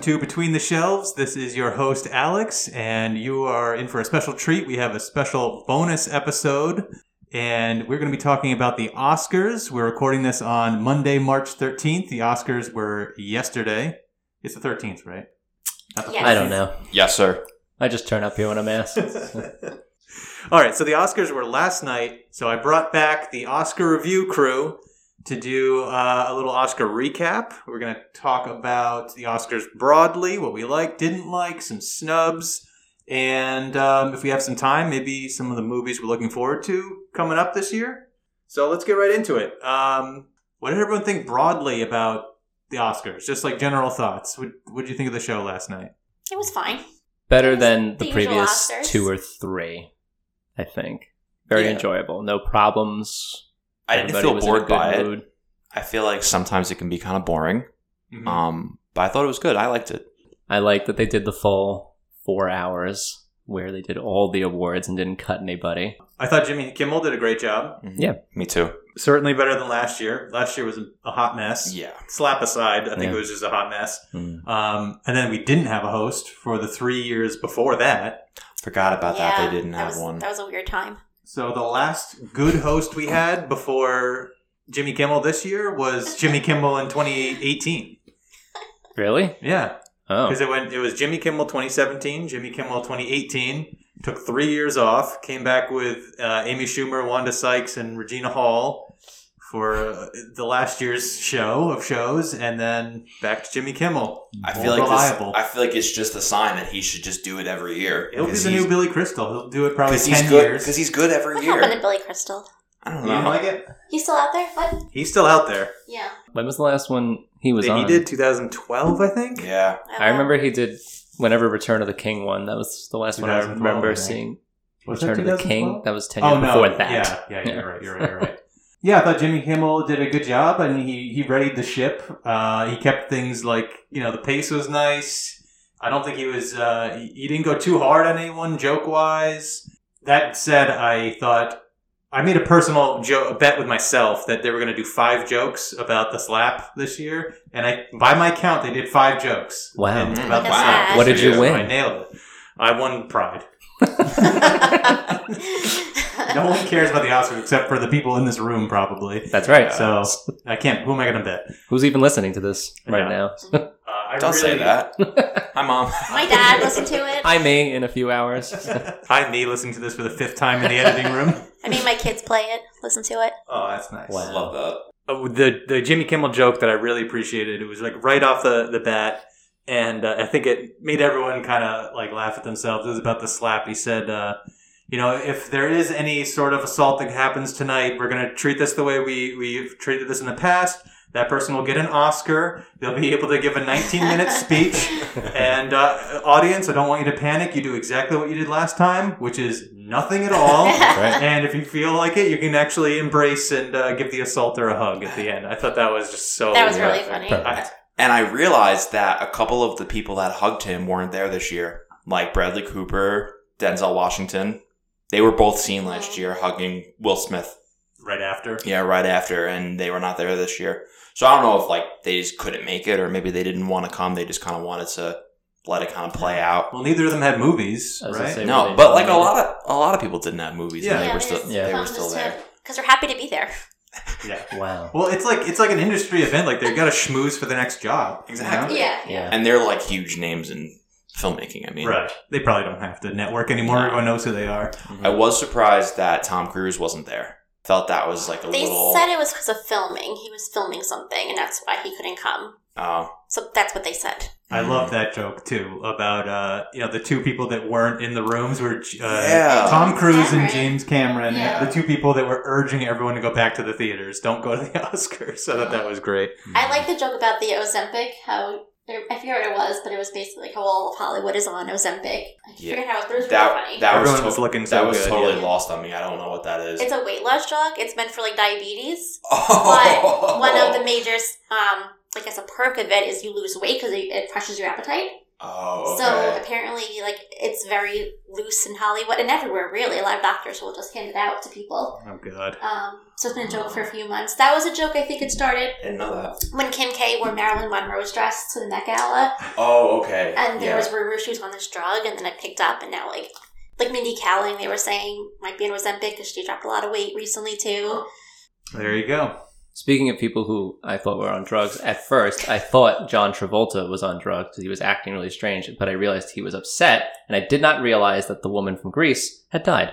to Between the Shelves. This is your host, Alex, and you are in for a special treat. We have a special bonus episode, and we're going to be talking about the Oscars. We're recording this on Monday, March 13th. The Oscars were yesterday. It's the 13th, right? Not the Yes. I don't know. Yes, sir. I just turn up here when I'm asked. All right, so the Oscars were last night, so I brought back the Oscar review crew to do uh, a little Oscar recap. We're going to talk about the Oscars broadly, what we liked, didn't like, some snubs, and um, if we have some time, maybe some of the movies we're looking forward to coming up this year. So let's get right into it. Um, what did everyone think broadly about the Oscars? Just like general thoughts. What did you think of the show last night? It was fine. Better than the The usual previous Oscars. two or three, I think. Very Yeah. enjoyable. No problems. I didn't Everybody feel was in a bored good by it. mood. Mm-hmm. I feel like sometimes it can be kind of boring. Mm-hmm. Um, but I thought it was good. I liked it. I like that they did the full four hours where they did all the awards and didn't cut anybody. I thought Jimmy Kimmel did a great job. Yeah. Mm-hmm. Me too. certainly better than last year. Last year was a a hot mess. Yeah. Slap aside, I think Yeah. it was just a hot mess. Um, and then we didn't have a host for the three years before that. Forgot about that. Yeah, They didn't that have was- one. That was a weird time. So the last good host we had before Jimmy Kimmel this year was Jimmy Kimmel in 2018. Really? Yeah, Oh. because it went. It was Jimmy Kimmel 2017, Jimmy Kimmel 2018. Took three years off, came back with uh, Amy Schumer, Wanda Sykes, and Regina Hall for uh, the last year's show of shows, and then back to Jimmy Kimmel. I more feel like this, reliable. I feel like it's just a sign that he should just do it every year. He'll be Because the new he's- Billy Crystal. He'll do it probably Because he's ten good. years. Because he's good every What happened to year. Billy Crystal? I don't you didn't know. like it? He's still out there? What? He's still out there. Yeah. When was the last one he was That on? he did 2012, I think. Yeah. don't I know. remember he did whenever Return of the King won. That was the last one I 2012, remember I think. seeing. Was that Return of the King. 2012? That was ten years before that. Oh, Yeah, yeah, you're right. You're right. You're right. Yeah, I thought Jimmy Kimmel did a good job, and he he readied the ship. Uh, he kept things like you know the pace was nice. I don't think he was. Uh, he- he didn't go too hard on anyone joke wise. That said, I thought I made a personal jo- a bet with myself that they were going to do five jokes about the slap this year, and I by my count they did five jokes. Wow. And Mm, about the wow. slap. What did you So win? I nailed it. I won pride. No one cares about the Oscars except for the people in this room, probably. That's right. So I can't. Who am I going to bet? Who's even listening to this Yeah. right now? Uh, I Don't say really- that. Hi, mom. My dad listened to it. I, I may in a few hours. Hi, me listening to this for the fifth time in the editing room. made my kids play it, listen to it. Oh, that's nice. Wow. Love that. Oh, the the Jimmy Kimmel joke that I really appreciated. It was like right off the the bat, and uh, I think it made everyone kind of like laugh at themselves. It was about the slap. He said, uh, "You know, if there is any sort of assault that happens tonight, we're gonna treat this the way we we've treated this in the past." That person will get an Oscar. They'll be able to give a 19 minute speech. And uh, audience, I don't want you to panic. You do exactly what you did last time, which is nothing at Oh, all right. and if you feel like it, you can actually embrace and uh, give the assaulter a hug at the end. I thought that was just so. Oh, That was perfect. really funny. I- And I realized that a couple of the people that hugged him weren't there this year, like Bradley Cooper, Denzel Washington. They were both seen last year hugging Will Smith. right after. Yeah, right after, and they were not there this year. So I don't know if like they just couldn't make it, or maybe they didn't want to come. They just kind of wanted to let it kind of play out. Well, neither of them had movies, I was gonna right? say- No, Maybe they but like a didn't. lot of a lot of people didn't have movies. Yeah. and they were still yeah. they were still there. Because they're happy to be there. Yeah. Wow. Well, it's like it's like an industry event. Like they've got to schmooze for the next job. you know? Exactly. Yeah. Yeah. And they're like huge names in filmmaking. I mean, Right. They probably don't have to network anymore. Everyone knows who they are. I was surprised that Tom Cruise wasn't there. Felt that was like a They little. said it was because of filming. He was filming something, and that's why he couldn't come. oh, So that's what they said. I Mm-hmm. love that joke too about uh, you know the two people that weren't in the rooms were uh, Yeah. Tom Cruise and Cameron. James Cameron, Yeah. the two people that were urging everyone to go back to the theaters. Don't go to the Oscars. So I thought that was great. I like the joke about the Ozempic, how. I forget what it was, but it was basically like how all of Hollywood is on Ozempic. I Yeah. forget how it was, but it was really that funny. that was, everyone to- was looking so that was good. totally lost on me. I don't know what that is. It's a weight loss drug. It's meant for like diabetes. oh, But one of the majors, um, like as a perk of it, is you lose weight because it, it crushes your appetite. Oh, okay. So apparently, like it's very loose in Hollywood and everywhere. Really, a lot of doctors will just hand it out to people. Oh god. Um, so it's been a joke for a few months. That was a joke I think it started I didn't know that. when Kim K wore Marilyn Monroe's dress to the Met Gala, Oh, okay. and there yeah. was rumors she was on this drug, and then it picked up, and now like like Mindy Kaling, they were saying might be on Ozempic because she dropped a lot of weight recently Oh, too. There you go. Speaking of people who I thought were on drugs, at first I thought John Travolta was on drugs because he was acting really strange, but I realized he was upset, and I did not realize that the woman from Greece had died.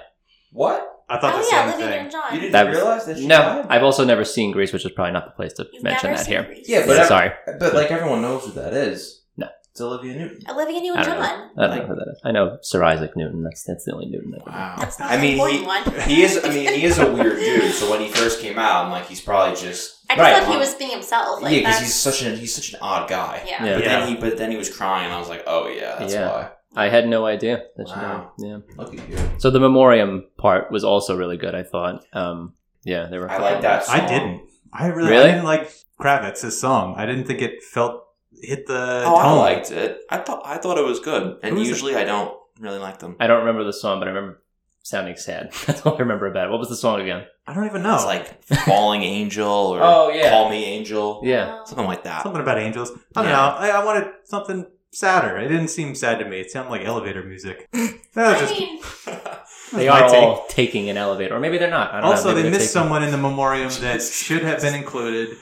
what? I thought Oh the yeah, same Olivia thing. Newton-John. You didn't That was- realize that she No, died? I've also never seen Greece, which is probably not the place to You've mention never that seen here. Grease. Yeah, So but I- sorry, But like everyone knows who that is. No. It's Olivia Newton. Olivia I don't Newton-John. I don't know who that is. I know Sir Isaac Newton. That's that's the only Newton. I know. Wow. That's not I the mean, important he, one. he is. I mean, he is a weird dude. So when he first came out, I'm like, he's probably just I just right. thought he huh? was being himself. Like yeah, because that's, he's such an he's such an odd guy. yeah. Yeah. But then he but then he was crying. and I was like, oh yeah, that's Yeah. why. I had no idea. That you Wow. know. Yeah. Look at you. So the memoriam part was also really good. I thought. Um, yeah, there were. I like that. Song. I didn't. I really, Really? I didn't like Kravitz his song. I didn't think it felt hit the Oh, I tone. liked it. I thought I thought it was good. And Who is it? usually I don't really like them. I don't remember the song, but I remember sounding sad. That's all I remember about it. What was the song again? I don't even know. Oh, It's like Falling Angel or Call Me Angel, yeah. Um, something like that. something about angels. I don't uh, Yeah. know. I, I wanted something sadder. It didn't seem sad to me. It sounded like elevator music. That was I just mean, that was They my are take. all taking an elevator, or maybe they're not. I don't know. Also, Maybe they they're missed taking- someone in the memoriam that should have been included.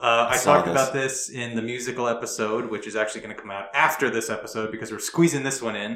Uh, I I saw talked this. about this in the musical episode, which is actually going to come out after this episode because we're squeezing this one in.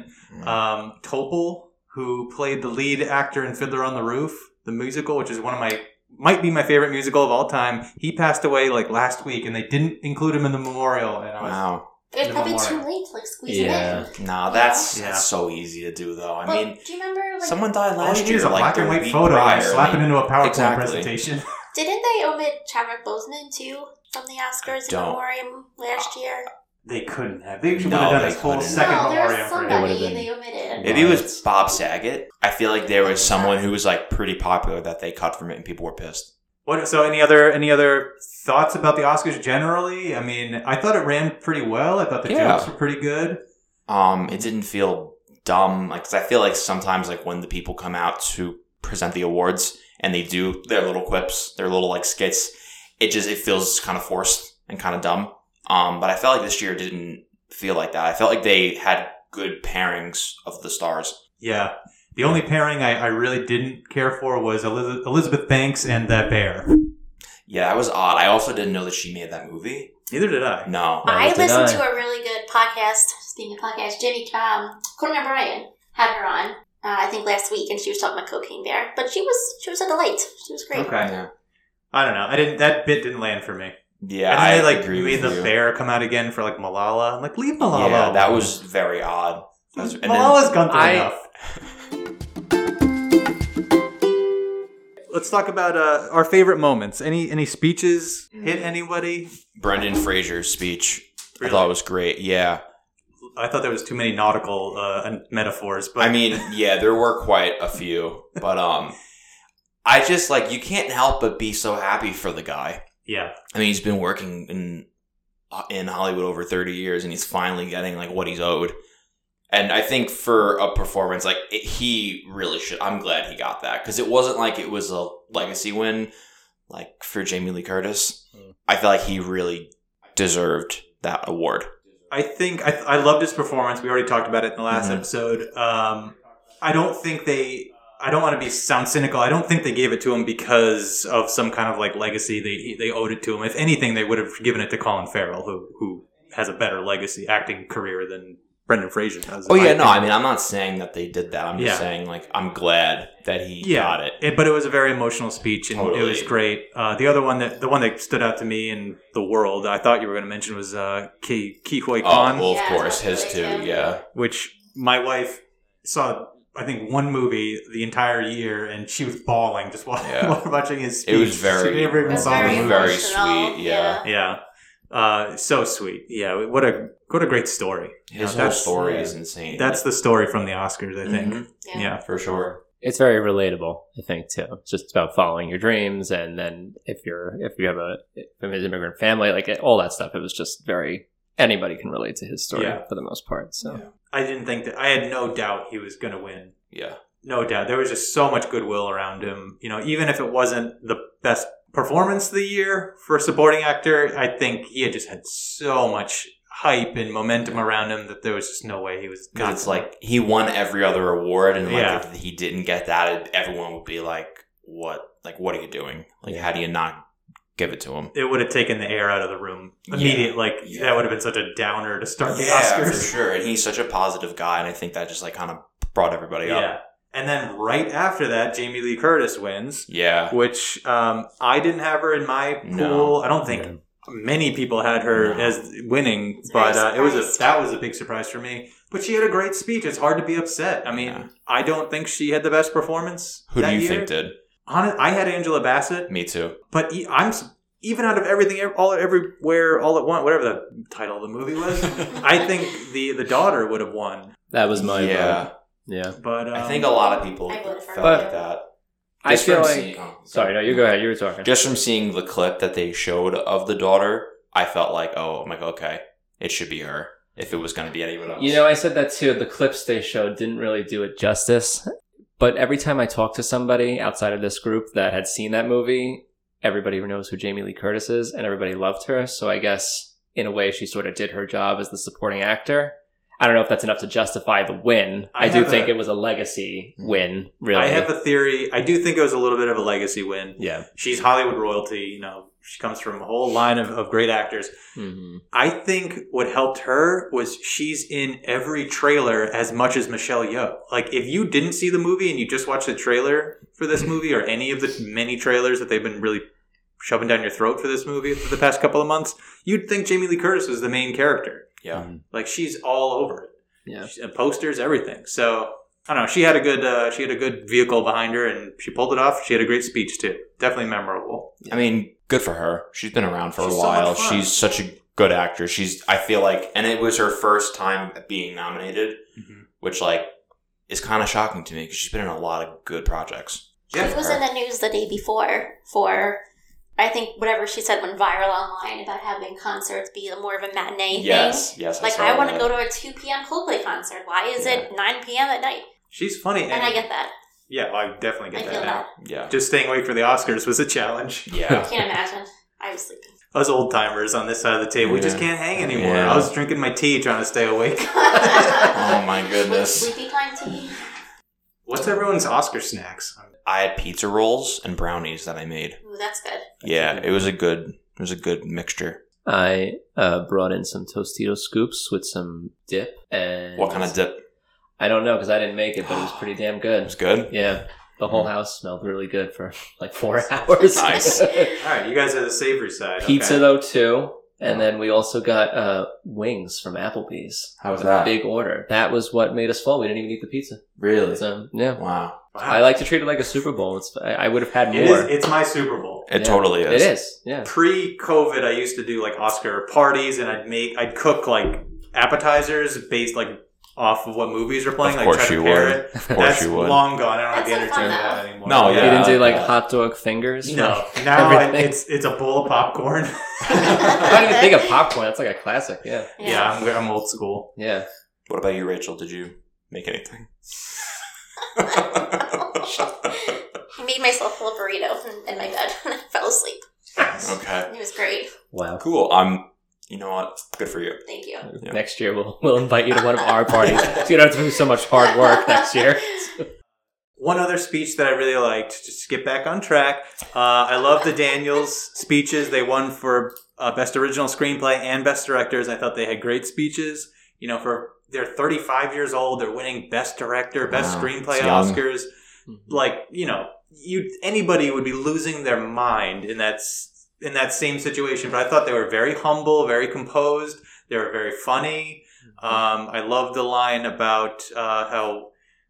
um, Topol, who played the lead actor in Fiddler on the Roof, the musical, which is one of my might be my favorite musical of all time. He passed away like last week, and they didn't include him in the memorial. And I was, wow. it was The probably too memorial. late to like squeeze Yeah. it in. Nah, that's, Yeah. that's so easy to do though. I Well, mean, do you remember? Like, someone died all you last need year, is a like black the and white week photo prior. and slap I it mean, into a PowerPoint Exactly. presentation. didn't they omit Chadwick Boseman too from the Oscars in Don't. memoriam last year? they couldn't have. They should No, have done they this whole couldn't. second no, there memoriam was for It him. would've somebody been- they omitted. If it was Bob Saggett, I feel like there was someone who was like pretty popular that they cut from it, and people were pissed. What, so any other any other thoughts about the Oscars generally? I mean, I thought it ran pretty well. I thought the Yeah. jokes were pretty good. Um, it didn't feel dumb. Like, 'cause I feel like sometimes, like when the people come out to present the awards and they do their little quips, their little like skits, it just it feels kind of forced and kind of dumb. Um, but I felt like this year didn't feel like that. I felt like they had good pairings of the stars. Yeah. The only pairing I, I really didn't care for was Eliz- Elizabeth Banks and that bear. Yeah, that was odd. I also didn't know that she made that movie. Neither did I. No. Neither I did listened I. to a really good podcast. Speaking of podcasts, Jenny um, Courtney O'Brien had her on. Uh, I think last week, and she was talking about Cocaine Bear, but she was she was a delight. She was great. Okay. Yeah. I don't know. I didn't. That bit didn't land for me. Yeah, and then they like agree made with the you. bear come out again for like Malala. I'm like, leave Malala. Yeah, that alone. was very odd. That was- and then- Malala's gone through I- enough. Let's talk about uh, our favorite moments. Any any speeches hit anybody? Brendan Fraser's speech. Really? I thought it was great. Yeah. I thought there was too many nautical uh, and metaphors, but I mean, yeah, there were quite a few, but um I just like you can't help but be so happy for the guy. yeah, I mean, he's been working in uh, in Hollywood over 30 years and he's finally getting like what he's owed. And I think for a performance like it, he really should I'm glad he got that cuz it wasn't like it was a legacy win like for Jamie Lee Curtis. Mm. I feel like he really deserved that award. I think I, I loved his performance. We already talked about it in the last Mhm. episode. Um, I don't think they. I don't want to be sound cynical. I don't think they gave it to him because of some kind of like legacy. They they owed it to him. If anything, they would have given it to Colin Farrell, who who has a better legacy acting career than Brendan Fraser does. Oh in my yeah, no, opinion. I mean I'm not saying that they did that. I'm just Yeah. saying like I'm glad that he yeah, got it. But it was a very emotional speech, and it Totally. was great. Uh, the other one that the one that stood out to me in the world, I thought you were going to mention was uh, Ki Ki Hoi Kwan. Oh, well, of Yeah, course, his too. totally, yeah. Yeah, which my wife saw I think one movie the entire year and she was bawling just while, Yeah. while watching his speech. It was very- she never It even was saw very, the movie. Very emotional, sweet, yeah. Yeah. Uh, so sweet. Yeah, what a what a great story. You know, his whole that's- story yeah. is insane. That's the story from the Oscars, I think. Mhm, Yeah. Yeah. for sure. It's very relatable, I think, too. It's just about following your dreams, and then if you're if you have a if you have an immigrant family, like all that stuff. It was just very anybody can relate to his story Yeah. for the most part. So Yeah. I didn't think that. I had no doubt he was going to win. Yeah. No doubt. There was just so much goodwill around him. You know, even if it wasn't the best performance of the year for supporting actor, I think he had just had so much hype and momentum around him that there was just no way he was. Because not- it's like he won every other award, and like Yeah. if he didn't get that, it- everyone would be like, "What? Like, what are you doing? Like, how do you not give it to him?" it would have taken the air out of the room Yeah. immediate. Like Yeah. that would have been such a downer to start the Yeah, Oscars. for sure. And he's such a positive guy, and I think that just like kind of brought everybody Yeah. up. And then right after that, Jamie Lee Curtis wins, Yeah, which um, I didn't have her in my pool. No. I don't think Yeah. many people had her No. as winning, It's but very uh, it was a, surprised. that was a big surprise for me. But she had a great speech. It's hard to be upset. I mean, Yeah. I don't think she had the best performance. who do that you year. think did? Hon- I had Angela Bassett, Me too. but e- I'm s- even out of everything, ev- all everywhere, all at once, whatever the title of the movie was. I think the the daughter would have won, that was my yeah. vote. Yeah. but um, I think a lot of people I voted felt for like him. that. I Just feel from like seeing- oh, sorry, no, you go ahead. You were talking. Just from seeing the clip that they showed of the daughter, I felt like, oh, I'm like, okay, it should be her if it was going to be anyone else. You know, I said that too. The clips they showed didn't really do it justice. But every time I talk to somebody outside of this group that had seen that movie, everybody knows who Jamie Lee Curtis is and everybody loved her. So I guess in a way she sort of did her job as the supporting actor. I don't know if that's enough to justify the win. I I, do have think a- Hmm. it was a legacy win, really. I have a theory. I do think it was a little bit of a legacy win. yeah. She's Hollywood royalty. You know, she comes from a whole line of, of great actors. hmm I think what helped her was she's in every trailer as much as Michelle Yeoh. Like, if you didn't see the movie and you just watched the trailer for this movie or any of the many trailers that they've been really shoving down your throat for this movie for the past couple of months, you'd think Jamie Lee Curtis was the main character. yeah. Mm-hmm. Like, she's all over it. Yeah. She's- and posters, everything. So I don't know. She had a good uh, she had a good vehicle behind her, and she pulled it off. She had a great speech too. Definitely memorable. I mean, good for her. She's been around for She's a so much while. fun. She's such a good actor. She's, I feel like, and it was her first time being nominated, Mm-hmm. which like is kind of shocking to me because she's been in a lot of good projects. Yeah. She was in the news the day before for, I think, whatever she said went viral online about having concerts be more of a matinee Yes, yes. thing. Like, I want to to go to a 2 p.m. Coldplay concert. Why is it 9 p.m. at night? She's funny, and, And I get that. yeah, I definitely I get feel that now. that. Yeah, Just staying awake for the Oscars was a challenge. yeah. Can't imagine. I was sleeping. Us old timers on this side of the table, we just Yeah. can't hang anymore. Yeah. I was drinking my tea, trying to stay awake. oh my goodness. Sleepy time tea. What's everyone's Oscar snacks? I had pizza rolls and brownies that I made. Ooh, that's good. Yeah, it was a good, it was a good mixture. I uh, brought in some Tostito scoops with some dip and What kind of dip? I don't know because I didn't make it, but it was pretty damn It good. was good. Yeah, the whole house smelled really good for like four hours. Nice. All right, you guys are the savory side. Pizza okay. though too, and then we also got uh, wings from Applebee's. How was A that? Big order. That was what made us full. We didn't even eat the pizza. Really? So yeah, Wow. I like to treat it like a Super Bowl. It's, I, I would have had It is, more. it's my Super Bowl. It Yeah. totally It is. is. Yeah. pre-COVID, I used to do like Oscar parties, and I'd make, I'd cook like appetizers based like off of what movies are playing. like Of course try to you pair would. It. Of course That's you would. long gone. I don't have the That's energy so for fun, that though. anymore. No, You didn't yeah. do like Yeah. hot dog fingers. No, now it, Everything. it's it's a bowl of popcorn. I don't even think of popcorn. That's like a classic. Yeah. yeah, I'm, I'm old school. Yeah. What about you, Rachel? Did you make anything? I made myself a little burrito in my bed and I fell asleep. okay. It was great. Wow. Cool. Um, you know what? Good for you. Thank you. Yeah. Next year we'll we'll invite you to one of our parties. so you don't have to do so much hard work next year. One other speech that I really liked, just to get back on track. Uh, I love the Daniels speeches. They won for uh, Best Original Screenplay and Best Directors. I thought they had great speeches. You know, for they're 35 years old, they're winning Best Director, Best Wow, Screenplay it's young. Oscars. Like, you know, you anybody would be losing their mind in that s- in that same situation. But I thought they were very humble, very composed. They were very funny. Um, I love the line about uh, how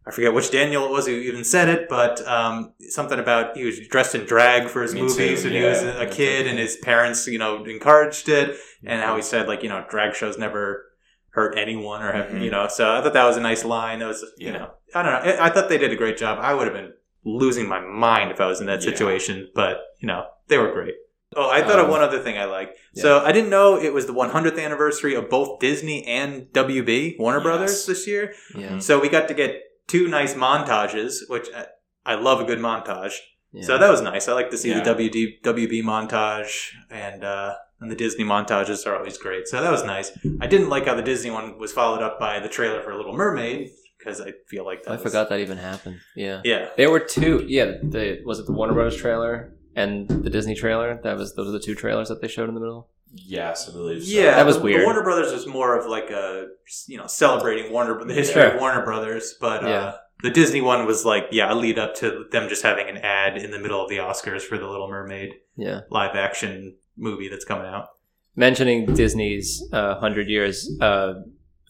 I forget which Daniel it was who even said it, but um, something about he was dressed in drag for his Me movies too, when yeah. he was a Me kid, too. and his parents, you know, encouraged it, and how he Mm-hmm. said like, you know, drag shows never hurt anyone or have Mhm. you know. So I thought that was a nice line. That was you Yeah. know, I don't know. I, I thought they did a great job. I would have been losing my mind if I was in that Yeah. Um, situation, but you know, they were great. Oh, I thought thought of one other thing I liked. So I didn't know it was the 100th anniversary of both Disney and WB Warner Yes. Mm-hmm. Brothers this year. Yeah. So we got to get two nice montages, which I, I love a good montage. yeah. So that was nice. I like to see Yeah. the WD, WB montage and uh, and the Disney montages are always great. So that was nice. I didn't like how the Disney one was followed up by the trailer for Little Mermaid because I feel like that I was- forgot that even happened. Yeah. Yeah, There were two. Yeah, the was it the Warner Bros. trailer and the Disney trailer? That was those are the two trailers that they showed in the middle. Yes, I believe. So. yeah, That was the- weird. The Warner Brothers was more of like a you know celebrating Warner the history Sure. of Warner Brothers, but Yeah. uh, the Disney one was like yeah, a lead up to them just having an ad in the middle of the Oscars for the Little Mermaid Yeah. live action movie that's coming out. Mentioning Disney's uh, hundred years, uh,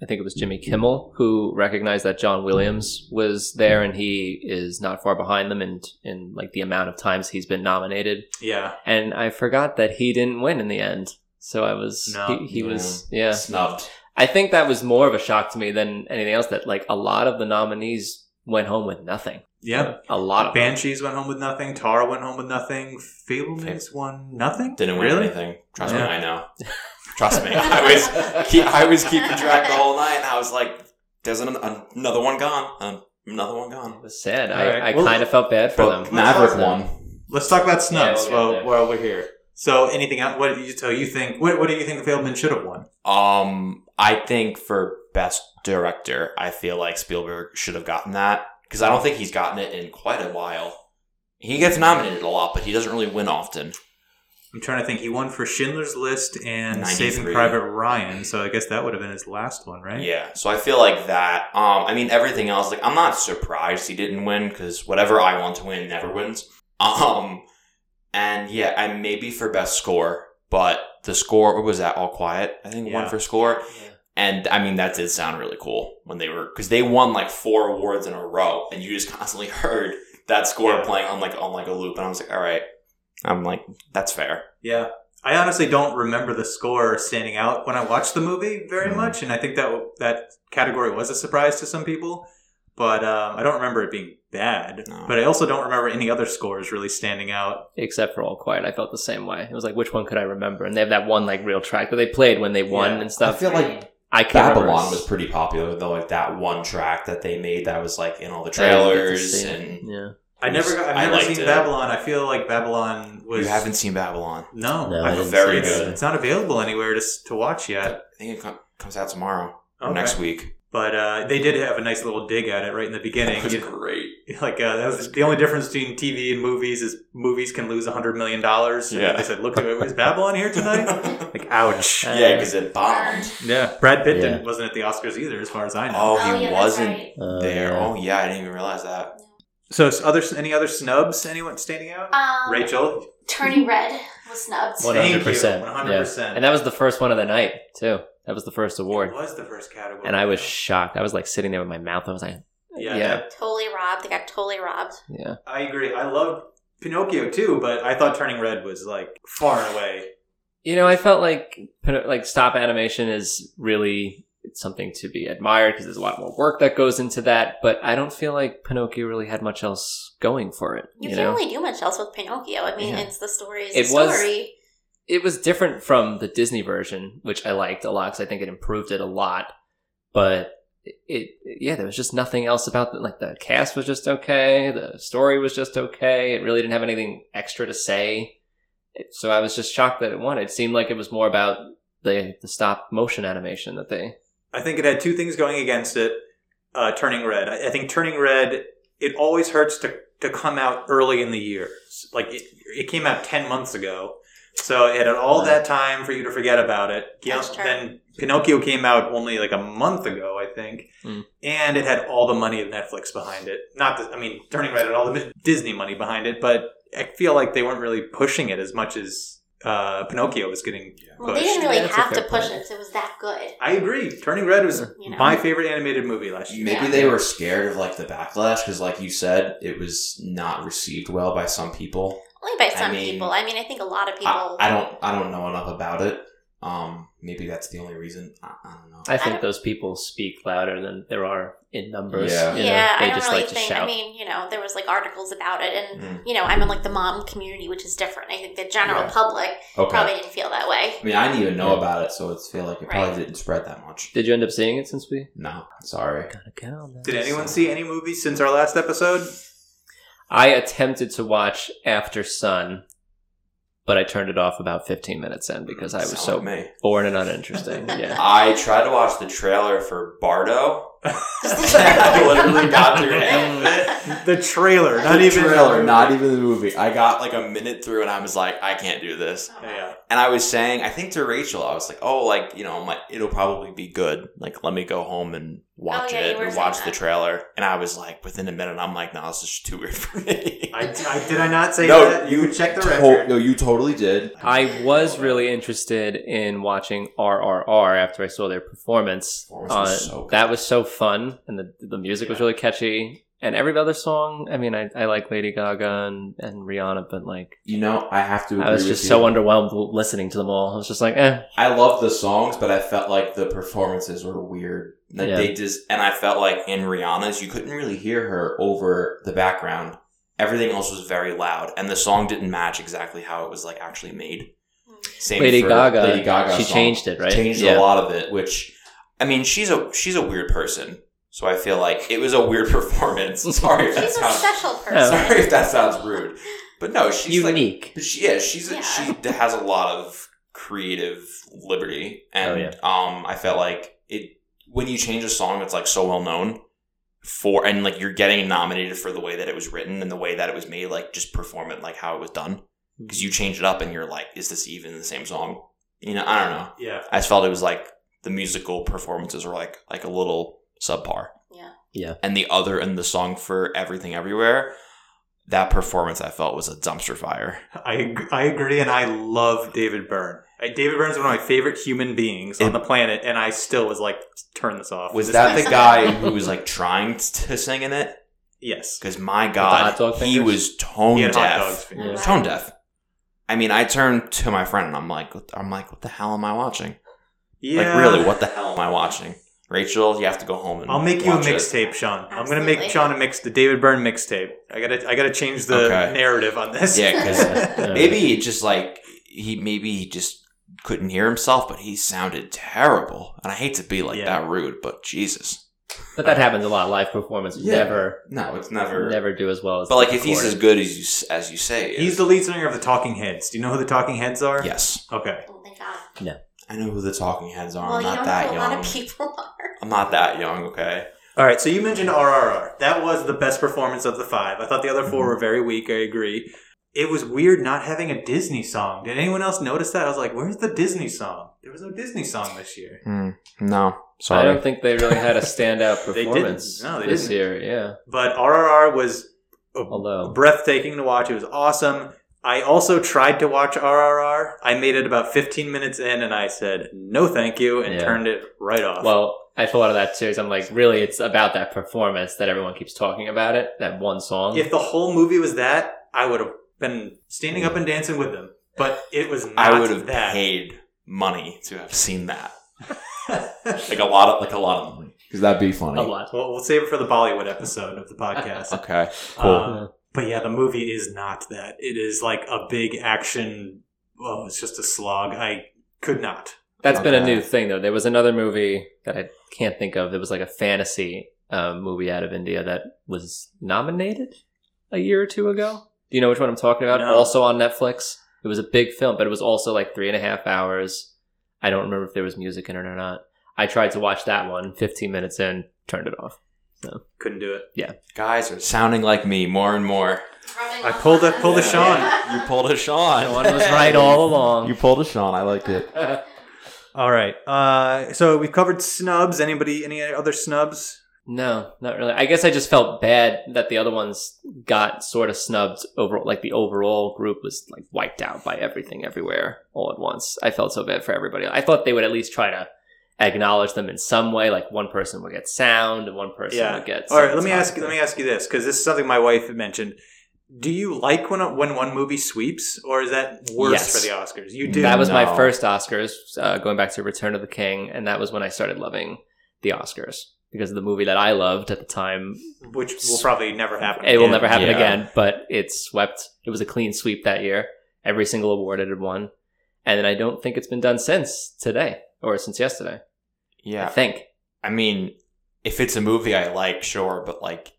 I think it was Jimmy Kimmel who recognized that John Williams was there, and he is not far behind them in in like the amount of times he's been nominated. Yeah, And I forgot that he didn't win in the end. So I was No. he, he Yeah. was yeah. Snubbed. I think that was more of a shock to me than anything else. That like a lot of the nominees went home with nothing. yeah. A lot of Banshees went home with nothing. Tara went home with nothing. Fablemans won nothing. Didn't win really. anything. Trust Yeah. me, I know. Trust me. I was keep, I was keeping track the whole night, and I was like, "There's an, another one gone. Um, another one It gone." was sad. All I, right. I Well, kind of felt bad for But them. Maverick So- won. Let's talk about snubs Yeah, we'll get while, there. while we're here. So, anything else? What do you, so you think? What, what do you think the Fableman should have won? Um, I think for best director, I feel like Spielberg should have gotten that because I don't think he's gotten it in quite a while. He gets nominated a lot, but he doesn't really win often. I'm trying to think. He won for Schindler's List and 93. Saving Private Ryan. So I guess that would have been his last one, right? Yeah, so I feel like that. Um, I mean, everything else, like I'm not surprised he didn't win because whatever I want to win never wins. Um, and yeah, I maybe for best score, but the score what was that all quiet. I think one Yeah. for score, and I mean that did sound really cool when they were because they won like four awards in a row, and you just constantly heard that score Yeah. playing on like on like a loop, and I was like, all right, I'm like that's fair. Yeah. I honestly don't remember the score standing out when I watched the movie very Mhm. much, and I think that that category was a surprise to some people. But um, I don't remember it being bad. No. But I also don't remember any other scores really standing out. Except for All Quiet, I felt the same way. It was like, which one could I remember? And they have that one like real track that they played when they won Yeah. and stuff. feel like I can't Babylon remember. was pretty popular though, like that one track that they made that was like in all the I didn't get to trailers see it. and yeah. I never, got, I I've never liked seen it. Babylon. I feel like Babylon was you haven't seen Babylon. No, No, I- I didn't Very it's, see it. good. It's not available anywhere to s- to watch I yet. think it com- comes out tomorrow or Okay. next week. But uh, they did have a nice little dig at it right in the beginning. It was You- great. like uh, that was the only difference between TV and movies is movies can lose hundred million dollars. Yeah. they said, "Look, is Babylon here tonight?" yeah, like, ouch. Uh, because it bombed. Yeah, Brad Pitt Yeah. didn't, wasn't at the Oscars either, as far as I know. Oh, Oh, he yeah, that's wasn't right. Uh, there. Oh yeah, I didn't even realize that. So, s- other any other snubs? Anyone standing out? Um, Rachel, Turning Red was snubbed. What? thank you, 100%, 100%. And that was the first one of the night too. That was the first award, It was the first category, and I was shocked. I was like sitting there with my mouth. I was like, yeah, yeah. that- Totally robbed. They got totally robbed. yeah, I agree. I loved Pinocchio too, but I thought Turning Red was like far and away you know, I felt like like stop animation is really something to be admired because there's a lot more work that goes into that. But I don't feel like Pinocchio really had much else going for it. You, You, can't know, really do much else with Pinocchio. I mean, Yeah. it's the story. It's It the was- story. it was different from the Disney version, which I liked a lot because I think it improved it a lot. But it, yeah, there was just nothing else about it. Like the cast was just okay, the story was just okay. It really didn't have anything extra to say. It- So I was just shocked that it won. It seemed like it was more about the the stop motion animation that they. I think it had two things going against it. Uh, turning red. I, I think turning red. It always hurts to to come out early in the year. Like it, it came out ten months ago, so it had all that time for you to forget about it. You know, That's true. Then Pinocchio came out only like a month ago, I think, Mm. and it had all the money of Netflix behind it. Not, the, I mean, turning red had all the Disney money behind it, but I feel like they weren't really pushing it as much as uh, Pinocchio was getting Well, pushed. they didn't really Yeah, that's a have to fair push point. it because it was that good. I agree. Turning Red was You know. my favorite animated movie last year. Maybe Yeah. they were scared of like the backlash because, like you said, it was not received well by some people. Only by I some mean- people. I mean, I think a lot of people. I, I don't, I don't know enough about it, Um, maybe that's the only reason. I, I don't know. I I think don't- those people speak louder than there are in numbers. Yeah. you know? yeah, they I don't just really like to think. shout. I mean, you know, there was like articles about it, and Mm. you know, I'm in like the mom community, which is different. I think the general Yeah. public Okay. probably didn't feel that way. I mean, I didn't even know about it, so it's feel like it probably Right. didn't spread that much. Did you end up seeing it since we? No, sorry. Gotta go now. Did anyone see any movies since our last episode? I attempted to watch After Sun, but I turned it off about 15 minutes in because I was so Sound like me. bored and uninteresting. Yeah. I tried to watch the trailer for Bardo. I I literally got through half of it. The trailer, not The even trailer, not even the movie. I got like a minute through, and I was like, I can't do this. Yeah. And I was saying, I think to Rachel, I was like, oh, like you know, my, it'll probably be good. Like, let me go home and watch Oh, yeah, you it were and saying watch the that. trailer. And I was like, within a minute, I'm like, no, this is too weird for me. I, I did I not say No, that? You check the To- record. No, you totally did. I was really interested in watching RRR after I saw their performance. Performance was on- so good. that was so fun, and the the music was Yeah. really catchy. And every other song, I mean, I, I like Lady Gaga and, and Rihanna, but like You know, I have to. Agree I was with just you. so underwhelmed l- listening to them all. I was just like, eh, I love the songs, but I felt like the performances were weird. Like Yeah. they just, and I felt like in Rihanna's, you couldn't really hear her over the background. Everything else was very loud, and the song didn't match exactly how it was like actually made. Same Lady for Gaga, Lady Gaga. she song. changed it, right? Changed Yeah. a lot of it, which I mean, she's a she's a weird person. So I feel like it was a weird performance. Sorry if that She's a sounds special person. sorry if that sounds rude, but no, she's like unique. but she, yeah, she's Yeah. A, she d- has a lot of creative liberty, and Oh, yeah. um, I felt like it when you change a song that's like so well known for, and like you're getting nominated for the way that it was written and the way that it was made. Like, just perform it like how it was done because Mm-hmm. you change it up, and you're like, is this even the same song? You know, I don't know. Yeah. I just felt it was like the musical performances were like like a little subpar. Yeah. Yeah. And the other and the song for Everything Everywhere, that performance I felt was a dumpster fire. I ag- I agree, and I love David Byrne. I, David Byrne's one of my favorite human beings on It- the planet, and I still was like, turn this off. Was This that is- the guy who was like trying t- to sing in it? Yes. Because my hot God, dog he fingers? was tone He had hot dogs. deaf. fingers. Yeah. Tone deaf. I mean, I turned to my friend and I'm like, what- I'm like, what the hell am I watching? Yeah. Like, really, what the hell am I watching? Rachel, you have to go home and I'll make you a watch it. mixtape, Sean. I'm gonna make Absolutely. Sean a mix the David Byrne mixtape. I gotta I gotta change the Okay. narrative on this. Yeah, 'cause- uh, Yeah. Maybe it just like he maybe he just couldn't hear himself, but he sounded terrible. And I hate to be like Yeah. that rude, but Jesus, But that happens a lot. Live performances Yeah. never, no, it's never, do as well as. But like, if he's as recorded. good as you s- as you say, he He's is- the lead singer of the Talking Heads. Do you know who the Talking Heads are? yes, Okay. Oh, thank God. I know who the Talking Heads are. well, I'm you know Oh, not how that a young. lot of people are. I'm not that young. Okay, All right. So you mentioned RRR. That was the best performance of the five. I thought the other four Mm-hmm. were very weak. I agree. It was weird not having a Disney song. Did anyone else notice that? I was like, "Where's the Disney song?" There was no Disney song this year. no, I don't think they really had a standout They didn't. performance No, they this didn't. year. Yeah, But RRR was although breathtaking to watch. It was awesome. I also tried to watch RRR. I made it about 15 minutes in and I said, no, thank you, and Yeah. turned it right off. Well, I thought of that too. So I'm like, really, it's about that performance that everyone keeps talking about it. That one song. if the whole movie was that, I would have been standing up and dancing with them. But it was not I would have that. paid money to have seen that. like a lot of like a lot of money because that'd be funny. a lot. Well, we'll save it for the Bollywood episode of the podcast. Okay, cool. Um, but yeah, the movie is not that. It is like a big action. Well, it's just a slog. I could not. That's been a Okay. new thing though. There was another movie that I can't think of. It was like a fantasy um, movie out of India that was nominated a year or two ago. Do you know which one I'm talking about? No. Also on Netflix. It was a big film, but it was also like three and a half hours. I don't remember if there was music in it or not. I tried to watch that one. 15 minutes in, turned it off. Couldn't do it. Guys are sounding like me more and more. Rubbing I off pulled a- on pulled a us. Sean. You pulled a Sean. Sean was right all along. You pulled a Sean. I liked it. All right. Uh, so we've covered snubs. Anybody? Any other snubs? No, not really. I guess I just felt bad that the other ones got sort of snubbed overall. Like the overall group was like wiped out by everything everywhere all at once. I felt so bad for everybody. I thought they would at least try to acknowledge them in some way. Like one person would get sound and one person Yeah. would get. All right. some Let me type ask. of- Let me ask you this because this is something my wife had mentioned. Do you like when a, when one movie sweeps, or is that worse Yes. for the Oscars? You do. that was my No. first Oscars, uh, going back to Return of the King, and that was when I started loving the Oscars because of the movie that I loved at the time. which will probably never happen. It will again. never happen Yeah. again, but it swept. It was a clean sweep that year. Every single award it had won, and then I don't think it's been done since today or since yesterday. I Yeah. think I mean, if it's a movie I like, sure, but like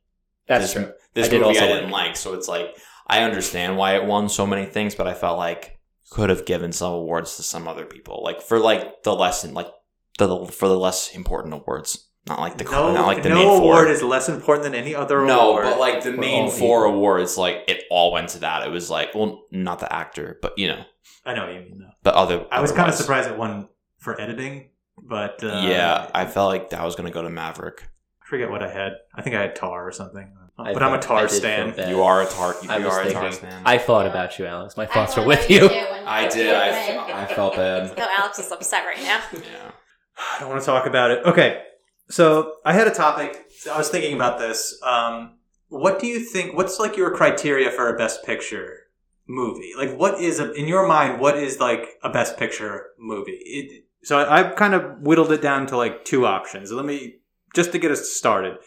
that's this, true. this I did movie also I didn't like like. So it's like I understand why it won so many things, but I felt like could have given some awards to some other people, like for like the lesson, like the for the less important awards, not like the No, not like the no main award four. is less important than any other no, award. but like the We're main all four equal. awards, like it all went to that. It was like, well, not the actor, but you know, I know what you mean. Though. but other. I was kind of otherwise. surprised at one for editing, but uh, yeah, I felt like that was gonna go to Maverick. I forget what I had. I think I had Tar or something. I but I'm a felt- Tar I did feel stan. bad. You are a tart. You, I was are a thinking- tart fan. I thought about you, Alex. My thoughts were with you. I did. I, I felt bad. No, Alex is upset right now. Yeah. I don't want to talk about it. Okay. So I had a topic. I was thinking about this. Um, what do you think? What's like your criteria for a best picture movie? Like, what is a, in your mind? What is like a best picture movie? It, so I, I've kind of whittled it down to like two options. Let me just to get us started.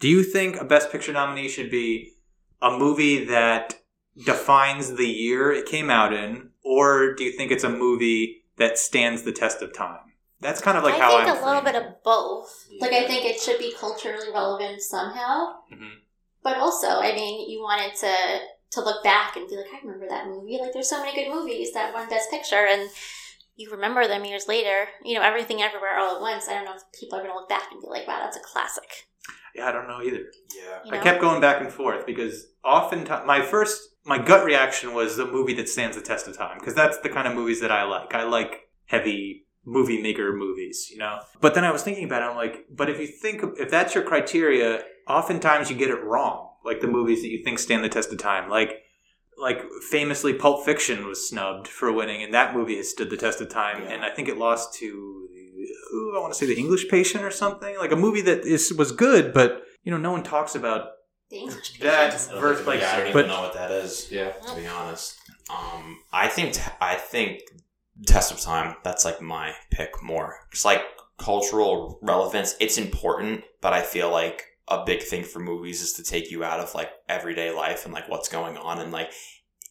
Do you think a best picture nominee should be a movie that defines the year it came out in, or do you think it's a movie that stands the test of time? That's kind of like how I think I'm a little bit framing it. of both. Like I think it should be culturally relevant somehow, Mhm. but also, I mean, you wanted to to look back and be like, I remember that movie. Like there's so many good movies that won Best Picture, and you remember them years later. You know, everything, everywhere, all at once. I don't know if people are going to look back and be like, wow, that's a classic. Yeah, I don't know either. Yeah. You I know? kept going back and forth because oftentimes my first my gut reaction was the movie that stands the test of time because that's the kind of movies that I like. I like heavy movie maker movies, you know. But then I was thinking about it. I'm like, but if you think if that's your criteria, oftentimes you get it wrong. Like the movies that you think stand the test of time, like like famously, Pulp Fiction was snubbed for winning, and that movie has stood the test of time. Yeah. And I think it lost to ooh, I want to say The English Patient or something, like a movie that is was good, but you know, no one talks about The English That Patient. verse like, yeah, I don't but even know what that is. Yeah. To be honest, um, I think t- I think test of time. That's like my pick more. It's like cultural relevance. It's important, but I feel like a big thing for movies is to take you out of like everyday life and like what's going on and like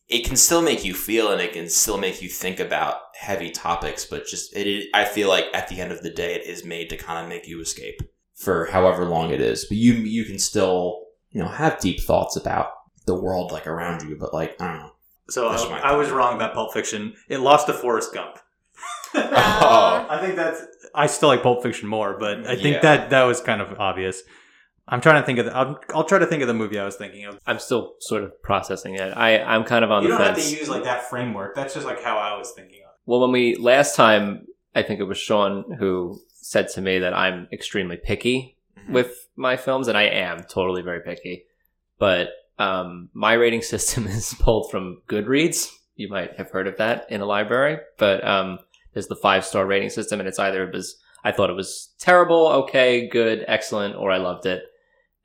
it can still make you feel and it can still make you think about heavy topics but just it, it i feel like at the end of the day it is made to kind of make you escape for however long it is but you you can still you know have deep thoughts about the world like around you but like i don't know So That's I, my I was thought. wrong about Pulp Fiction. It lost to Forrest Gump. Um, I think that's. I still like Pulp Fiction more, but I think Yeah. that that was kind of obvious. I'm trying to think of. The, I'll, I'll try to think of the movie I was thinking of. I'm still sort of processing it. I, I'm kind of on you the don't fence. have to use like that framework. That's just like how I was thinking of. Well, when we last time, I think it was Sean who said to me that I'm extremely picky with my films, and I am totally very picky. But um, my rating system is pulled from Goodreads. You might have heard of that in a library, but um, there's the five star rating system, and it's either it was I thought it was terrible, okay, good, excellent, or I loved it.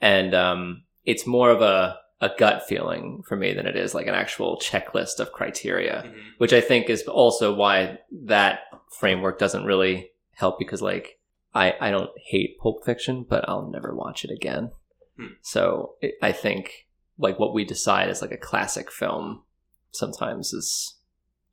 And um, it's more of a a gut feeling for me than it is like an actual checklist of criteria Mm-hmm. which I think is also why that framework doesn't really help because like I I don't hate Pulp Fiction, but I'll never watch it again. Hmm. So it, I think like what we decide is like a classic film sometimes is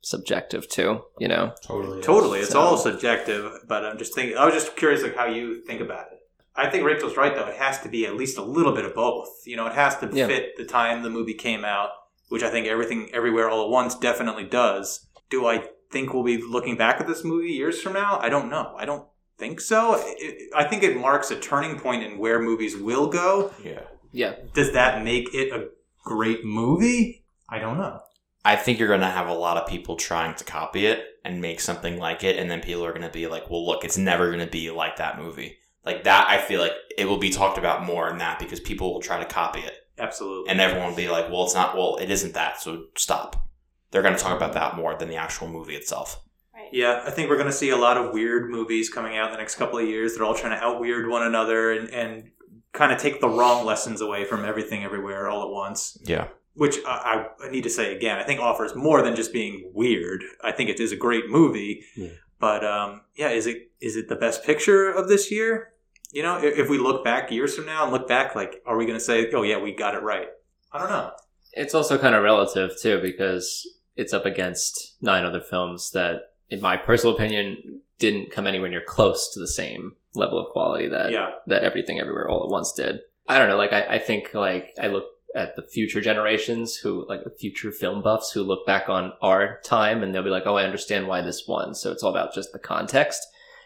subjective too, you know. totally Totally, it's So- all subjective. But I'm just thinking. I was just curious, like how you think about it. I think Rachel's right, though. It has to be at least a little bit of both. You know, it has to Yeah. fit the time the movie came out, which I think everything, everywhere, all at once definitely does. Do I think we'll be looking back at this movie years from now? I don't know. I don't think so. It, I think it marks a turning point in where movies will go. yeah Yeah. Does that make it a great movie? I don't know. I think you're going to have a lot of people trying to copy it and make something like it. And then people are going to be like, well, look, it's never going to be like that movie. Like that, I feel like it will be talked about more in that because people will try to copy it. Absolutely. And everyone will be like, well, it's not, well, it isn't that. So stop. They're going to talk about that more than the actual movie itself. right. Yeah, I think we're going to see a lot of weird movies coming out in the next couple of years. They're all trying to out weird one another and, and kind of take the wrong lessons away from everything everywhere all at once. Yeah. which I, I I need to say again, I think offers more than just being weird. I think it is a great movie, Yeah. but um, yeah, is it is it the best picture of this year? You know, if, if we look back years from now and look back, like, are we going to say, oh yeah, we got it right? I don't know. It's also kind of relative too because it's up against nine other films that, in my personal opinion, didn't come anywhere near close to the same level of quality that yeah, that everything everywhere all at once did. I don't know. Like I, I think like I look at the future generations who like the future film buffs who look back on our time and they'll be like, oh, I understand why this won. So it's all about just the context.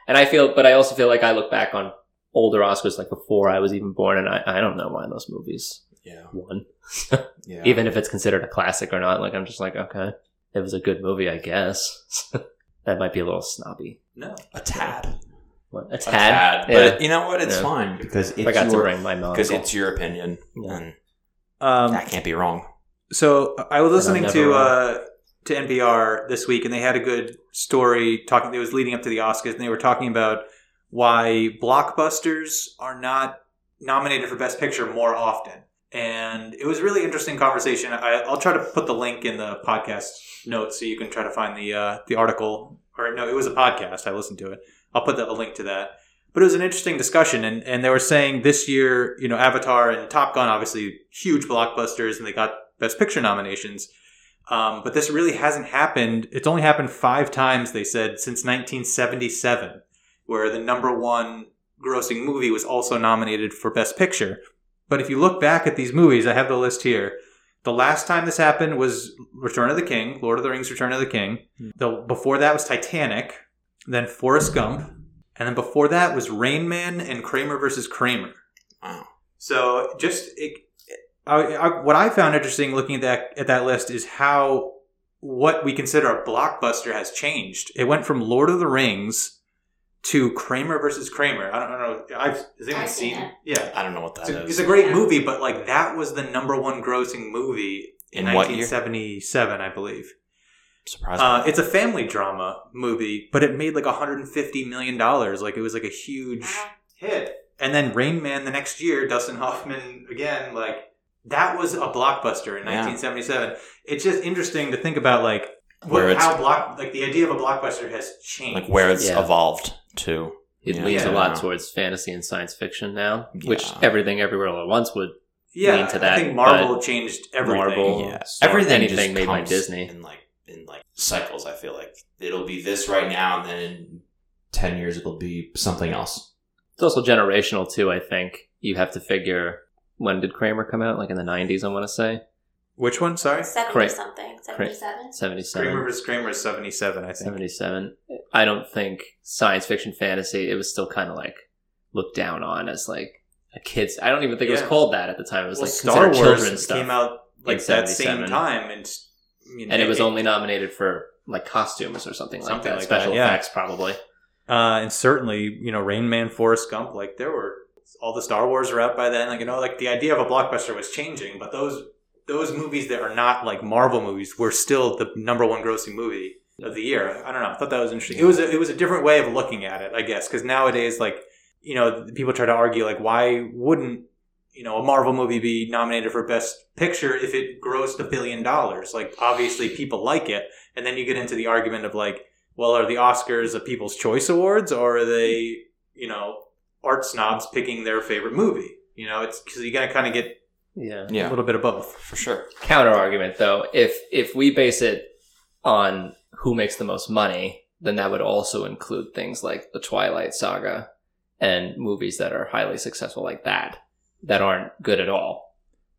And I feel, but I also feel like I look back on older Oscars like before I was even born, and I, I don't know why those movies Yeah. won, Yeah. even if it's considered a classic or not. Like I'm just like, okay, it was a good movie, I guess. that might be a little snobby. no, a tad. What, a A tad, tad. Yeah. But you know what? It's Yeah. fine because I forgot it's to your, bring my mom. because it's your opinion. And um, that can't be wrong. So I was listening never to wrong. uh, to NPR this week, and they had a good story talking. It was leading up to the Oscars, and they were talking about why blockbusters are not nominated for Best Picture more often. And it was a really interesting conversation. I, I'll try to put the link in the podcast notes so you can try to find the uh, the article. Or no, it was a podcast. I listened to it. I'll put the, a link to that. But it was an interesting discussion, and, and they were saying this year, you know, Avatar and Top Gun, obviously huge blockbusters, and they got Best Picture nominations. Um, but this really hasn't happened. It's only happened five times, they said, since 1977, where the number one grossing movie was also nominated for Best Picture. But if you look back at these movies, I have the list here. The last time this happened was Return of the King, Lord of the Rings: Return of the King. The before that was Titanic, then Forrest Gump, and then before that was Rain Man and Kramer versus Kramer. Wow. So just it, I, I, what I found interesting looking at that at that list is how what we consider a blockbuster has changed. It went from Lord of the Rings to Kramer versus Kramer. I don't, I don't know. I've has anyone I've seen seen? it. Yeah, I don't know what that it's is. a, it's a great Yeah. movie, but like that was the number one grossing movie in, In what year? 1977, I believe. Surprising. Uh, it's a family drama movie, but it made like 150 million dollars. Like it was like a huge Wow. hit. And then Rain Man the next year, Dustin Hoffman again, like that was a blockbuster in Yeah. 1977. It's just interesting to think about like Where what, it's- how block like the idea of a blockbuster has changed. like where it's Yeah. evolved to. It Yeah. leans a Yeah. lot towards fantasy and science fiction now, which Yeah. everything everywhere all at once would. yeah, lean to that, I think Marvel changed everything. Marvel. Yeah, So everything anything just made by comes Disney. in like in like cycles. I feel like it'll be this right now, and then in ten years it'll be something else. It's also generational too. I think you have to figure when did Kramer come out? Like in the nineties, I want to say Which one? Sorry, 70 Correct. something. 77? Kramer 77. vs. Kramer is 77. I think. 77. I don't think science fiction fantasy. It was still kind of like looked down on as like a kids. I don't even think it was Yeah. called that at the time. It was Well, like Star considered Wars children's stuff, came out like in that same 77. time, and you know, and it was only nominated for like costumes or something, like Something that. like Special that, yeah. effects, probably. Uh, and certainly, you know, Rain Man, Forrest Gump, like there were all the Star Wars were out by then. Like you know, like the idea of a blockbuster was changing, but those those movies that are not like Marvel movies were still the number one grossing movie of the year. I don't know. I thought that was interesting. It was a, it was a different way of looking at it, I guess, because nowadays, like you know, people try to argue like why wouldn't you know a Marvel movie be nominated for Best Picture if it grossed a billion dollars? Like obviously people like it, and then you get into the argument of like well, are the Oscars a People's Choice Awards, or are they, you know, art snobs picking their favorite movie? You know, it's because you got to kind of get Yeah. a little bit of both. for sure. counter argument though if if we base it on who makes the most money then that would also include things like the twilight saga and movies that are highly successful like that that aren't good at all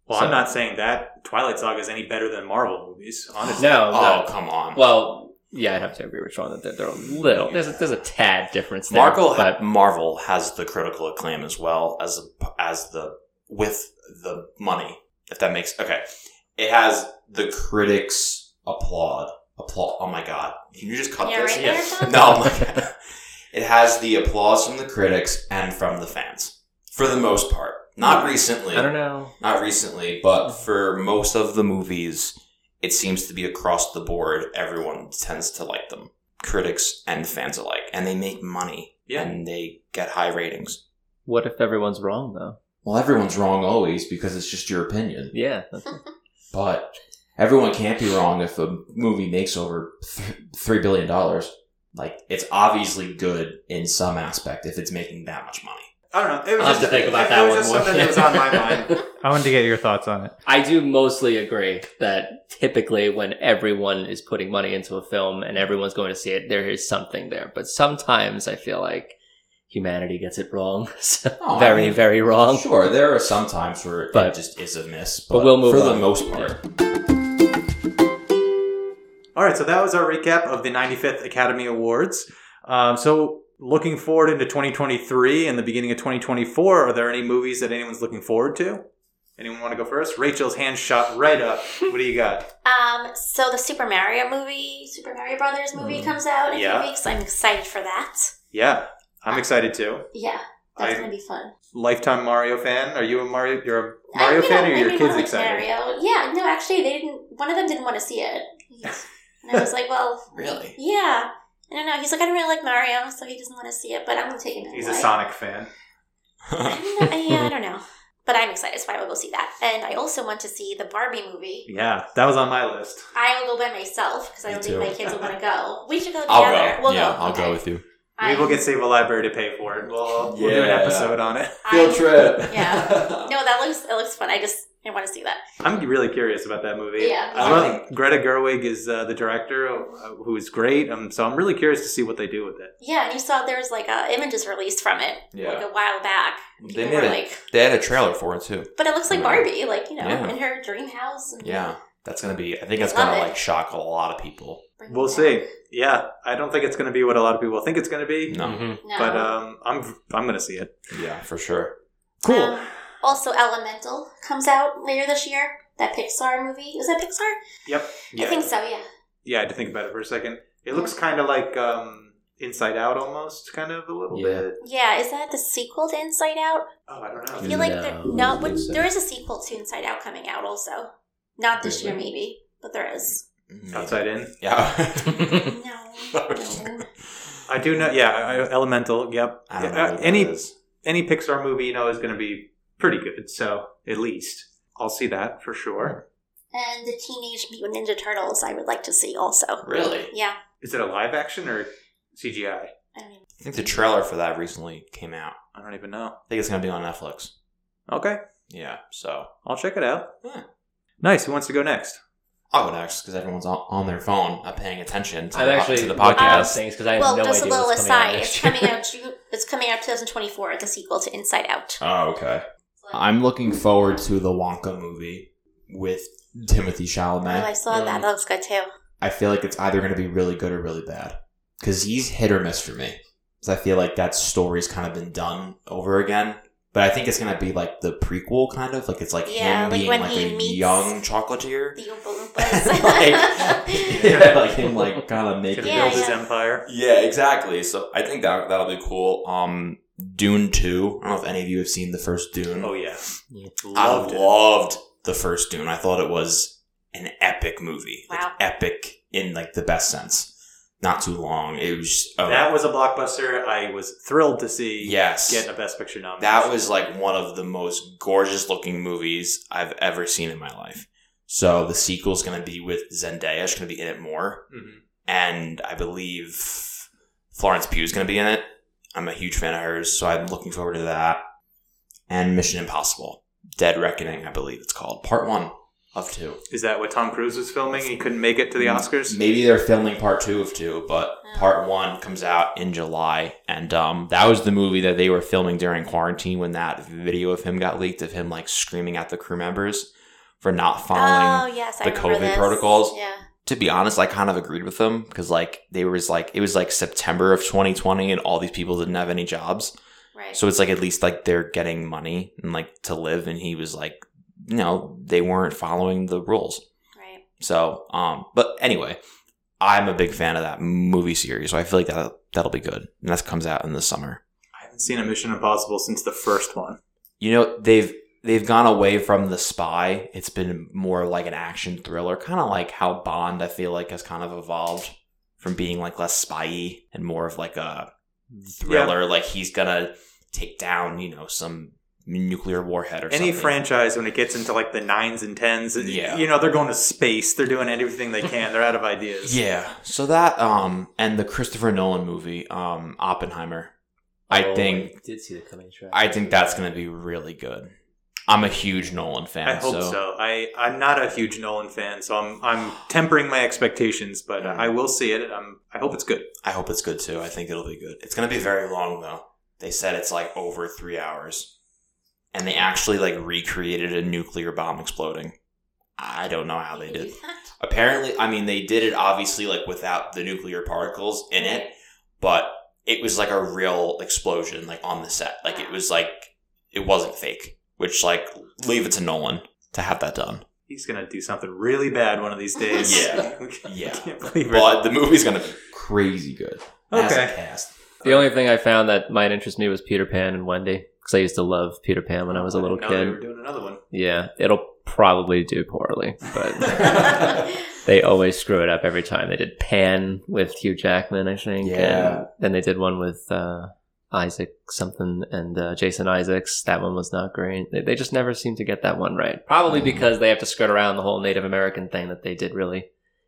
Well, I'm So- not saying that Twilight Saga is any better than Marvel movies, honestly. no, Oh, no. come on. well yeah i'd have to agree with sean that they're, they're a little there's a, there's a tad difference there Marvel ha- but Marvel has the critical acclaim as well as as the with the money. If that makes okay, it has the critics applaud applaud. Oh my god, can you just cut Yeah, this? right there, Sean? No, oh my god. it has the applause from the critics and from the fans for the most part. Not Hmm. recently, i don't know not recently, but for most of the movies, it seems to be across the board. Everyone tends to like them, critics and fans alike, and they make money Yeah. and they get high ratings. what if everyone's wrong though Well, everyone's wrong always because it's just your opinion. yeah But everyone can't be wrong if a movie makes over th- $3 billion. Like, it's obviously good in some aspect if it's making that much money. I don't know. It was I'll have just, to think about it that was one just more. something that was on my mind. I wanted to get your thoughts on it. I do mostly agree that typically when everyone is putting money into a film and everyone's going to see it, there is something there. But sometimes I feel like humanity gets it wrong. So Oh, I very, mean, very wrong. Sure, there are some times where But- it just is a miss, but, but we'll move for on. the most part. All right, so that was our recap of the 95th Academy Awards. Um, so, looking forward into 2023 and the beginning of 2024, are there any movies that anyone's looking forward to? Anyone want to go first? Rachel's hand shot right up. What do you got? Um, so the Super Mario movie, Super Mario Brothers movie, Mm. comes out in a Yeah. few weeks. I'm excited for that. Yeah, I'm excited too. Yeah, Uh, that's I- gonna be fun. Lifetime Mario fan. Are you a Mario? You're a Mario I, you know, fan, or your maybe kids one of excited? Mario. Yeah, no, actually, they didn't. One of them didn't want to see it. And I was like, well, Really? yeah. I don't know. He's like, I don't really like Mario, so he doesn't want to see it, but I'm going to take him anyway. He's a Sonic fan. I don't know. Yeah, I don't know. But I'm excited, so I will go see that. And I also want to see the Barbie movie. Yeah, that was on my list. I will go by myself because I Me don't think too. my kids will want to go. We should go together. I'll go. We'll yeah, go. I'll Okay. go with you. We will I'm- get Save a Library to pay for it. We'll, we'll do an Yeah. episode on it. I'm- trip. Yeah. No, that looks it looks fun. I just I want to see that. I'm really curious about that movie. Yeah. I love Greta Gerwig is uh, the director, uh, who is great. Um, so I'm really curious to see what they do with it. Yeah, and you saw there was like uh, images released from it like Yeah. a while back. They People made were a, like, they had a trailer for it too. but it looks like Yeah. Barbie, like you know, Yeah. in her dream house. And Yeah. That's gonna be I think it's Love gonna it. like shock a lot of people. bring We'll it see. back. Yeah, I don't think it's going to be what a lot of people think it's going to be, No. Mm-hmm. No. but uh, um, I'm I'm going to see it. Yeah, for sure. Cool. Um, also, Elemental comes out later this year. That Pixar movie is that Pixar? Yep. Yeah. I think so. Yeah. yeah, I had to think about it for a second. It looks kind of like um, Inside Out, almost kind of a little Yeah. bit. Yeah. Is that the sequel to Inside Out? Oh, I I don't know. feel like there, No. no, but there is a sequel to Inside Out coming out also. Not this year, Really? maybe, but there is. Outside in. Yeah. No. no. I do know. Yeah, I, Elemental. Yep. I don't know. Uh, what that any is. any Pixar movie you know is going to be pretty good. So at least I'll see that for sure. And the Teenage Mutant Ninja Turtles, I would like to see also. Really? Yeah. Is it a live action or CGI? I mean, I think the trailer for that recently came out. I don't even know. I think it's gonna be on Netflix. Okay, Yeah, so I'll check it out. Yeah. Nice. Who wants to go next? I'll go next because everyone's on, on their phone, not paying attention to, I'm the, actually to the looking up podcast. things because I have well, no just a idea little what's coming aside. out next It's year. coming out. Ju- It's coming out 2024. The sequel to Inside Out. Oh, okay. I'm looking forward to the Wonka movie with Timothy Chalamet. Oh, I saw that. Um, Mm. That looks good too. I feel like it's either going to be really good or really bad because he's hit or miss for me. Because I feel like that story's kind of been done over again. But I think it's going to be like the prequel, kind of like it's like Yeah, him like being when like he a meets- young chocolatier. The Oompa Like- Loompas. yeah, like him, like kind of Gonna making. Yeah, build yeah. his empire. Yeah, exactly. So I think that that'll be cool. Um, Dune Two. I don't know if any of you have seen the first Dune. Oh yeah, I loved loved, it. the first Dune. I thought it was an epic movie. Like, Wow. epic in like the best sense. Not too long. It was just- oh, That was a blockbuster. I was thrilled to see. yes. Get a Best Picture nomination. that was like one of the most gorgeous looking movies I've ever seen in my life. So the sequel's going to be with Zendaya. She's going to be in it more, Mhm. and I believe Florence Pugh's going to be in it. I'm a huge fan of hers, so I'm looking forward to that. And Mission Impossible: Dead Reckoning, I believe it's called, Part One of Two. Is that what Tom Cruise was filming? He couldn't make it to the Mm-hmm. Oscars. Maybe they're filming part two of two, but part one comes out in July, and um, that was the movie that they were filming during quarantine when that video of him got leaked of him like screaming at the crew members for not Oh following. yes, I the remember COVID this. protocols. Yeah. To be honest, I kind of agreed with them because like they was like it was like September of 2020, and all these people didn't have any jobs, Right. so it's like at least like they're getting money and like to live, and he was like, you know, they weren't following the rules. right. So, um, but anyway, I'm a big fan of that movie series, so I feel like that that'll be good, and that comes out in the summer. I haven't seen a Mission Impossible since the first one. You know, they've they've gone away from the spy. It's been more like an action thriller, kind of like how Bond, I feel like, has kind of evolved from being like less spy and more of like a thriller. Like he's gonna take down, you know, some nuclear warhead or Any something. franchise when it gets into like the nines and tens, Yeah. you know, they're going to space. They're doing everything they can. They're out of ideas. Yeah. So that um and the Christopher Nolan movie um Oppenheimer. I Oh, think did see the coming track. I think that's going to be really good. I'm a huge Nolan fan. I hope so. I I'm not a huge Nolan fan, so I'm I'm tempering my expectations, but uh, I will see it. I'm I hope it's good. I hope it's good too. I think it'll be good. It's going to be very long though. They said it's like over 3 hours. And they actually like recreated a nuclear bomb exploding. I don't know how they did. Apparently, I mean they did it obviously like without the nuclear particles in it, but it was like a real explosion like on the set like it was like it wasn't fake which like leave it to nolan to have that done He's gonna do something really bad one of these days. Yeah. I yeah can't believe it. but the movie's gonna be crazy good As a Okay. cast. the only thing I found that might interest me was Peter Pan and Wendy because I used to love Peter Pan when Oh, I was a little I didn't know They were kid. doing another one. Yeah, it'll probably do poorly, but Wow. they always screw it up every time. They did Pan with Hugh Jackman, I think. Yeah. And then they did one with uh, Isaac something and uh, Jason Isaacs. That one was not great. They, they just never seem to get that one right. Probably Um, Mm. because they have to skirt around the whole Native American thing that they did really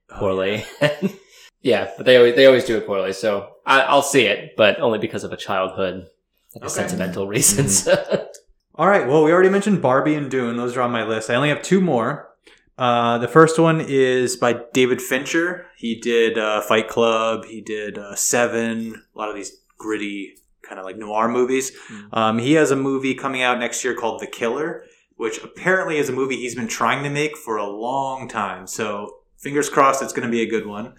Oh, poorly. yeah, but they always, they always do it poorly. So I, I'll see it, but only because of a childhood, like Okay. Mm-hmm. sentimental reasons. All right. Well, we already mentioned Barbie and Dune. Those are on my list. I only have two more. Uh, the first one is by David Fincher. He did uh, Fight Club. He did uh, Seven. A lot of these gritty kind of like noir movies. Um, he has a movie coming out next year called The Killer, which apparently is a movie he's been trying to make for a long time. So fingers crossed, it's going to be a good one.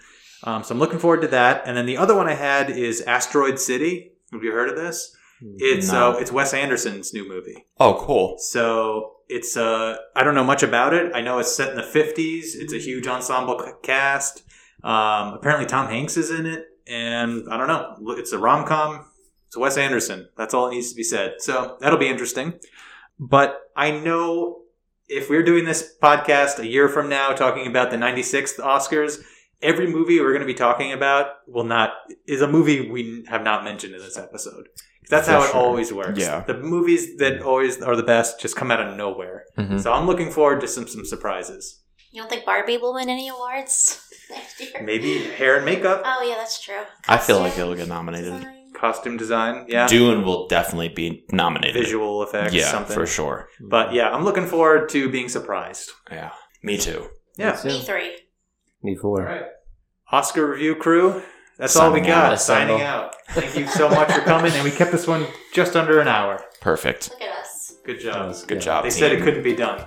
Um, so I'm looking forward to that. And then the other one I had is Asteroid City. Have you heard of this? It's No. uh, it's Wes Anderson's new movie. oh cool So it's uh, I don't know much about it. I know it's set in the fifties. It's a huge ensemble c- cast. Um, apparently Tom Hanks is in it, and I don't know. L- It's a rom com. It's Wes Anderson. That's all it needs to be said. So that'll be interesting. But I know if we're doing this podcast a year from now, talking about the ninety sixth Oscars. Every movie we're going to be talking about will not is a movie we have not mentioned in this episode. That's For how it sure. always works. Yeah. The movies that always are the best just come out of nowhere. Mhm. So I'm looking forward to some some surprises. you don't think Barbie will win any awards next year? Maybe hair and makeup, Oh yeah, that's true. i feel like Costume it'll get nominated design. costume design, yeah, dune will definitely be nominated visual effects, yeah something. for sure But yeah, I'm looking forward to being surprised. yeah me too Yeah. Me three. Me four. Oscar review crew. That's all we Signing got. out. Signing Assemble. out. Thank you so much for coming, and we kept this one just under an hour. perfect Look at us. Good That job. was good good. job They said it team. couldn't be done.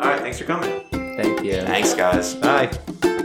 All right, thanks for coming. Thank you. thanks guys Bye.